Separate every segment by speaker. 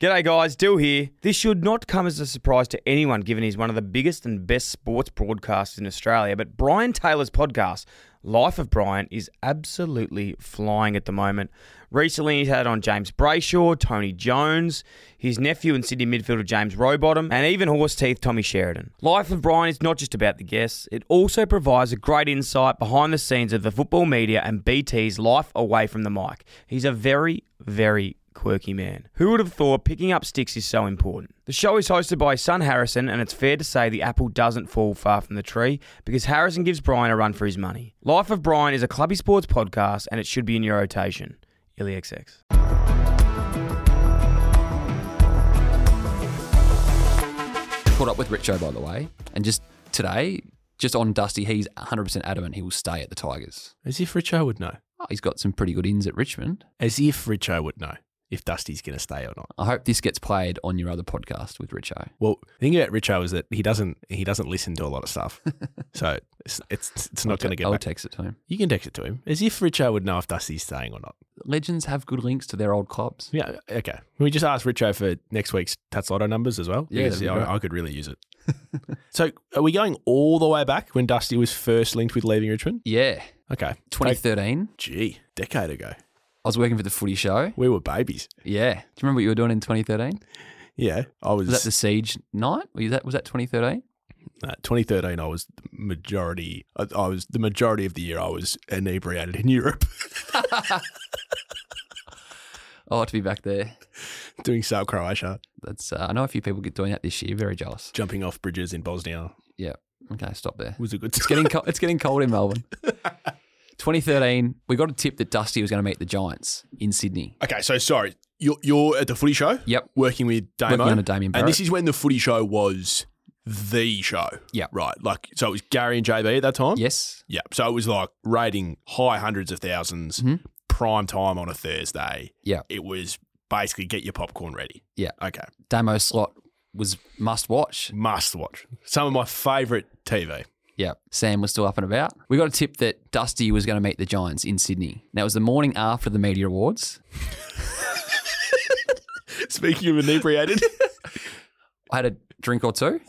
Speaker 1: G'day, guys. Dill here. This should not come as a surprise to anyone, given he's one of the biggest and best sports broadcasters in Australia. But Brian Taylor's podcast, Life of Brian, is absolutely flying at the moment. Recently, he's had on James Brayshaw, Tony Jones, his nephew and Sydney midfielder James Rowbottom, and even horse teeth Tommy Sheridan. Life of Brian is not just about the guests, it also provides a great insight behind the scenes of the football media and BT's life away from the mic. He's a very, very quirky man. Who would have thought picking up sticks is so important? The show is hosted by his son Harrison, and it's fair to say the apple doesn't fall far from the tree because Harrison gives Brian a run for his money. Life of Brian is a clubby sports podcast, and it should be in your rotation. IllyXX.
Speaker 2: Caught up with Richo, by the way, and just today, just on Dusty, he's 100% adamant he will stay at the Tigers.
Speaker 3: As if Richo would know.
Speaker 2: Oh, he's got some pretty good ins at Richmond.
Speaker 3: As if Richo would know if Dusty's going to stay or not.
Speaker 2: I hope this gets played on your other podcast with Richo.
Speaker 3: Well, the thing about Richo is that he doesn't he doesn't listen to a lot of stuff, so it's it's, it's not going to get.
Speaker 2: I'll
Speaker 3: Back.
Speaker 2: text it to him.
Speaker 3: you can text it to him as if Richo would know if Dusty's staying or not.
Speaker 2: Legends have good links to their old clubs.
Speaker 3: Yeah, okay. Can we just ask Richo for next week's Tats Lotto numbers as well?
Speaker 2: Yeah,
Speaker 3: Because,
Speaker 2: that'd be great.
Speaker 3: I, I could really use it. so, are we going all the way back when Dusty was first linked with leaving Richmond?
Speaker 2: Yeah.
Speaker 3: Okay,
Speaker 2: 2013,
Speaker 3: gee, decade ago.
Speaker 2: I was working for the footy show.
Speaker 3: We were babies.
Speaker 2: Yeah. Do you remember what you were doing in 2013?
Speaker 3: Yeah, I was.
Speaker 2: Was that the siege night? Was that, was that 2013?
Speaker 3: Uh, 2013, I was the majority. I, I was the majority of the year. I was inebriated in Europe,
Speaker 2: Oh, to be back there.
Speaker 3: doing South Croatia,
Speaker 2: That's uh, I know a few people get doing that this year. Very jealous.
Speaker 3: jumping off bridges in Bosnia.
Speaker 2: Yeah. Okay, stop there.
Speaker 3: Was a good.
Speaker 2: It's getting cold. It's getting cold in Melbourne. 2013, we got a tip that Dusty was going to meet the Giants in Sydney.
Speaker 3: okay, so sorry. You're, you're at the footy show.
Speaker 2: Yep.
Speaker 3: Working with Damo.
Speaker 2: Working under Damien
Speaker 3: and
Speaker 2: Barrett.
Speaker 3: this is when the footy show was the show.
Speaker 2: Yep.
Speaker 3: Right. Like so, it was Gary and JB at that time.
Speaker 2: yes.
Speaker 3: Yeah. So it was like rating high hundreds of 1000s
Speaker 2: Mhm.
Speaker 3: prime time on a Thursday.
Speaker 2: Yeah.
Speaker 3: It was basically get your popcorn ready.
Speaker 2: Yeah.
Speaker 3: Okay.
Speaker 2: Damo slot was must watch.
Speaker 3: Must watch. Some of my favourite TV.
Speaker 2: Yeah. Sam was still up and about. We got a tip that Dusty was going to meet the Giants in Sydney. Now, it was the morning after the media awards.
Speaker 3: Speaking of inebriated,
Speaker 2: I had a drink or two.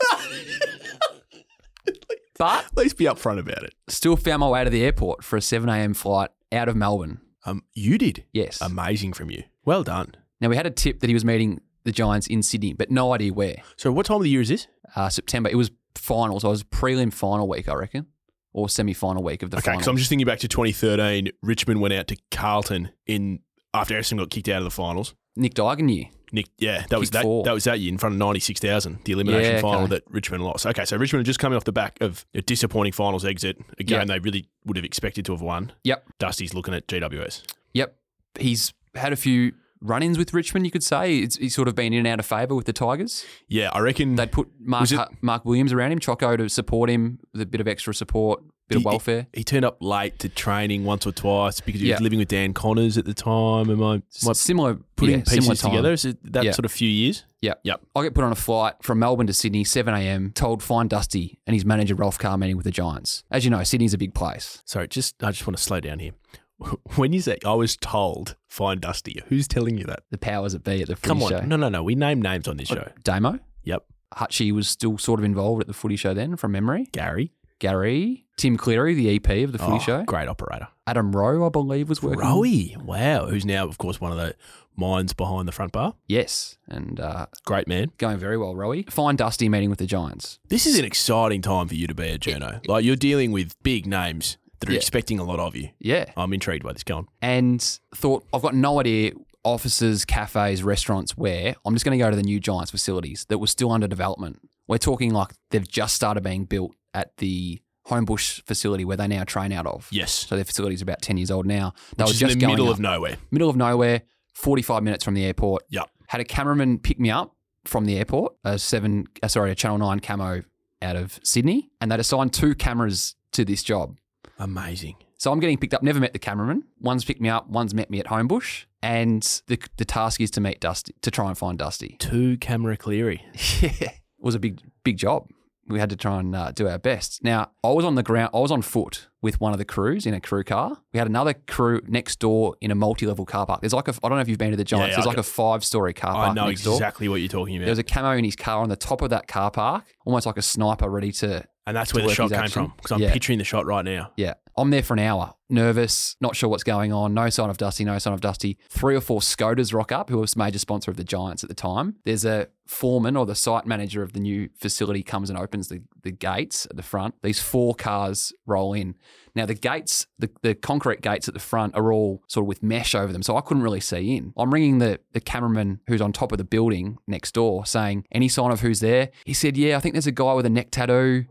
Speaker 2: but
Speaker 3: at least be upfront about it.
Speaker 2: still found my way to the airport for a 7 a.m. flight out of Melbourne.
Speaker 3: Um, you did.
Speaker 2: Yes.
Speaker 3: Amazing from you. Well done.
Speaker 2: Now, we had a tip that he was meeting the Giants in Sydney, but no idea where.
Speaker 3: So what time of the year is this?
Speaker 2: uh, September. It was finals. I was prelim final week, I reckon, or semi final week of the
Speaker 3: Okay, because
Speaker 2: final.
Speaker 3: I'm just thinking back to 2013. Richmond went out to Carlton in after Essendon got kicked out of the finals.
Speaker 2: Nick Dygan year.
Speaker 3: Nick, yeah, that was
Speaker 2: Kicked
Speaker 3: that.
Speaker 2: four.
Speaker 3: That was that year in front of 96,000, the elimination
Speaker 2: Yeah,
Speaker 3: final
Speaker 2: okay.
Speaker 3: that Richmond lost. Okay, so Richmond are just coming off the back of a disappointing finals exit, a game
Speaker 2: Yeah.
Speaker 3: they really would have expected to have won.
Speaker 2: Yep,
Speaker 3: Dusty's looking at GWS.
Speaker 2: yep. He's had a few run-ins with Richmond. You could say it's, he's sort of been in and out of favour with the Tigers.
Speaker 3: Yeah, I reckon
Speaker 2: They'd put Mark
Speaker 3: Was it-
Speaker 2: Hu- Mark Williams around him, Choco to support him with a bit of extra support, bit of
Speaker 3: He-
Speaker 2: welfare.
Speaker 3: He turned up late to training once or twice because he
Speaker 2: Yeah.
Speaker 3: was living with Dan Connors at the time. Am I, am I
Speaker 2: S- similar
Speaker 3: putting
Speaker 2: yeah, similar
Speaker 3: pieces
Speaker 2: time.
Speaker 3: together? Is it that
Speaker 2: Yeah.
Speaker 3: sort of few years?
Speaker 2: Yep.
Speaker 3: Yep.
Speaker 2: I get put on a flight from Melbourne to Sydney, 7 a.m. Told find Dusty and his manager Rolf Carr meeting with the Giants. As you know, Sydney's a big place.
Speaker 3: Sorry, just I just want to slow down here. When you say I was told, find Dusty. Who's telling you that?
Speaker 2: The powers that be at the footy
Speaker 3: Come on,
Speaker 2: show.
Speaker 3: no, no, no. We name names on this show.
Speaker 2: Damo.
Speaker 3: Yep,
Speaker 2: Hutchie was still sort of involved at the footy show then, from memory.
Speaker 3: Gary,
Speaker 2: Gary, Tim Cleary, the EP of the footy
Speaker 3: Oh,
Speaker 2: show.
Speaker 3: great operator.
Speaker 2: Adam Rowe, I believe, was working.
Speaker 3: Rowie, wow, who's now of course one of the minds behind the front bar.
Speaker 2: Yes, and uh,
Speaker 3: Great man.
Speaker 2: going very well, Rowie. Fine Dusty meeting with the Giants.
Speaker 3: This is an exciting time for you to be a journo. Like you're dealing with big names that are
Speaker 2: Yeah.
Speaker 3: expecting a lot of you.
Speaker 2: Yeah.
Speaker 3: I'm intrigued by this. Go on.
Speaker 2: And thought, I've got no idea offices, cafes, restaurants, where. I'm just going to go to the new Giants facilities that were still under development. We're talking like they've just started being built at the Homebush facility where they now train out of.
Speaker 3: Yes,
Speaker 2: So their facility's about 10 years old now. They
Speaker 3: Which
Speaker 2: were
Speaker 3: is
Speaker 2: just
Speaker 3: in the
Speaker 2: going
Speaker 3: middle
Speaker 2: up.
Speaker 3: of nowhere.
Speaker 2: middle of nowhere, 45 minutes from the airport.
Speaker 3: Yep.
Speaker 2: Had a cameraman pick me up from the airport, a seven, uh, sorry, a Channel 9 camo out of Sydney, and they'd assigned two cameras to this job.
Speaker 3: Amazing.
Speaker 2: So I'm getting picked up. Never met the cameraman. One's picked me up. One's met me at Homebush, and the the task is to meet Dusty to try and find Dusty.
Speaker 3: Two camera Cleary.
Speaker 2: Yeah, it was a big big job. We had to try and uh, do our best. Now I was on the ground. I was on foot with one of the crews in a crew car. We had another crew next door in a multi-level car park. There's like a I don't know if you've been to the Giants.
Speaker 3: yeah,
Speaker 2: There's
Speaker 3: I
Speaker 2: like
Speaker 3: go-
Speaker 2: a five-story car park
Speaker 3: I know
Speaker 2: next door.
Speaker 3: exactly what you're talking
Speaker 2: There
Speaker 3: about.
Speaker 2: was a camo in his car on the top of that car park, almost like a sniper ready to.
Speaker 3: and that's where
Speaker 2: to
Speaker 3: the
Speaker 2: work
Speaker 3: shot
Speaker 2: his
Speaker 3: came
Speaker 2: action.
Speaker 3: from because I'm
Speaker 2: Yeah.
Speaker 3: picturing the shot right now.
Speaker 2: Yeah. I'm there for an hour, nervous, not sure what's going on, no sign of Dusty, no sign of Dusty. Three or four Scotas rock up, who was major sponsor of the Giants at the time. There's a foreman or the site manager of the new facility comes and opens the, the gates at the front. These four cars roll in. Now, the gates, the, the concrete gates at the front are all sort of with mesh over them, so I couldn't really see in. I'm ringing the, the cameraman who's on top of the building next door saying, Any sign of who's there? He said, Yeah, I think there's a guy with a neck tattoo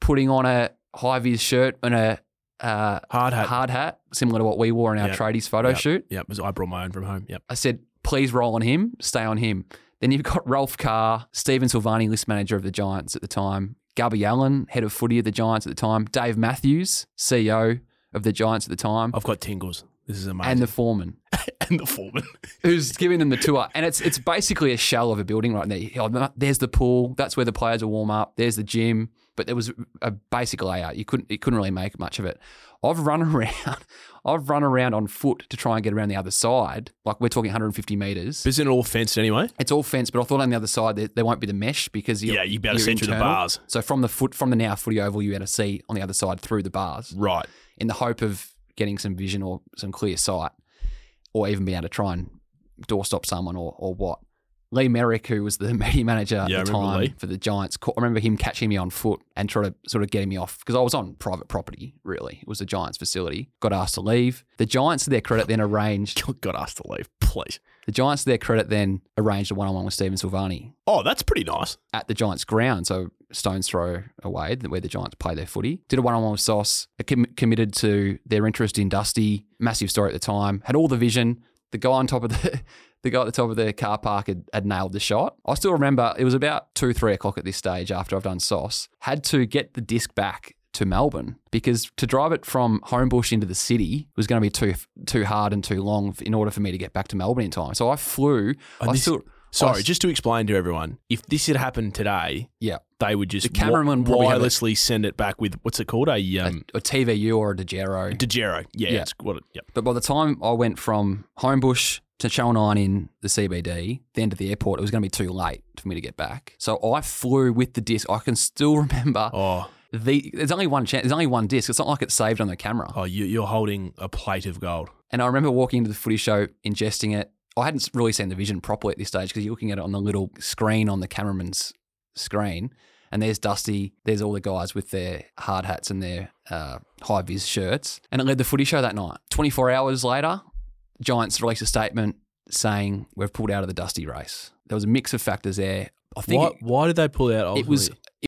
Speaker 2: putting on a high vis shirt and a uh,
Speaker 3: Hard hat.
Speaker 2: hard hat, similar to what we wore in our
Speaker 3: Yep.
Speaker 2: tradies photo
Speaker 3: Yep.
Speaker 2: shoot.
Speaker 3: Yep, because I brought my own from home. Yep.
Speaker 2: I said, please roll on him, stay on him. Then you've got Rolf Carr, Stephen Silvani, list manager of the Giants at the time, Gubby Allen, head of footy of the Giants at the time, Dave Matthews, CEO of the Giants at the time,
Speaker 3: I've got tingles. This is Oh, amazing.
Speaker 2: and the foreman.
Speaker 3: and the foreman.
Speaker 2: who's giving them the tour. And it's it's basically a shell of a building right there. Oh, There's the pool. That's where the players will warm up. There's the gym. But there was a basic layout. You couldn't you couldn't really make much of it. I've run around. I've run around on foot to try and get around the other side. Like we're talking 150 meters.
Speaker 3: Isn't it all fenced anyway?
Speaker 2: It's all fenced, but I thought on the other side there, there won't be the mesh because you're,
Speaker 3: Yeah, you'd be able
Speaker 2: you're
Speaker 3: to see through the
Speaker 2: internal.
Speaker 3: bars.
Speaker 2: So from the foot from the now footy oval, you had to see on the other side through the bars
Speaker 3: Right.
Speaker 2: in the hope of getting some vision or some clear sight, or even being able to try and doorstop someone or, or what. Lee Merrick, who was the media manager at
Speaker 3: Yeah, I
Speaker 2: the
Speaker 3: remember
Speaker 2: time
Speaker 3: Lee.
Speaker 2: for the Giants, ca- I remember him catching me on foot and trying to sort of getting me off because I was on private property, really. It was the Giants facility. Got asked to leave. The Giants, to their credit, then arranged.
Speaker 3: Got us to leave, please.
Speaker 2: The Giants, to their credit, then arranged a one on one with Stephen Silvani
Speaker 3: Oh, that's pretty nice.
Speaker 2: at the Giants ground, so stone's throw away, th- where the Giants play their footy. Did a one-on-one with Sauce, com- committed to their interest in Dusty, massive story at the time, had all the vision. The guy on top of the the guy at the top of the car park had, had nailed the shot. I still remember it was about two, three o'clock at this stage after I've done Sauce. Had to get the disc back to Melbourne because to drive it from Homebush into the city was going to be too too hard and too long in order for me to get back to Melbourne in time. So I flew. I
Speaker 3: this-
Speaker 2: still
Speaker 3: Sorry,
Speaker 2: I-
Speaker 3: just to explain to everyone, if this had happened today,
Speaker 2: yeah.
Speaker 3: they would just
Speaker 2: The cameraman
Speaker 3: wi-
Speaker 2: probably had a-
Speaker 3: wirelessly send it back with what's it called? A um,
Speaker 2: a TVU or a DeGero.
Speaker 3: Dejero. Yeah,
Speaker 2: Yeah.
Speaker 3: it's what. It, yep.
Speaker 2: But by the time I went from Homebush to Channel 9 in the CBD, then to the airport, it was going to be too late for me to get back. So I flew with the disc. I can still remember
Speaker 3: Oh,
Speaker 2: the. There's only one chance. There's only one disc. It's not like it's saved on the camera.
Speaker 3: oh, you, you're holding a plate of gold.
Speaker 2: And I remember walking into the footy show, ingesting it. I hadn't really seen the vision properly at this stage because you're looking at it on the little screen on the cameraman's screen. And there's Dusty, there's all the guys with their hard hats and their uh, high vis shirts. And it led the footy show that night. 24 hours later, Giants released a statement saying, We've pulled out of the Dusty race. There was a mix of factors there. I think
Speaker 3: Why,
Speaker 2: it-
Speaker 3: why did they pull out?
Speaker 2: it was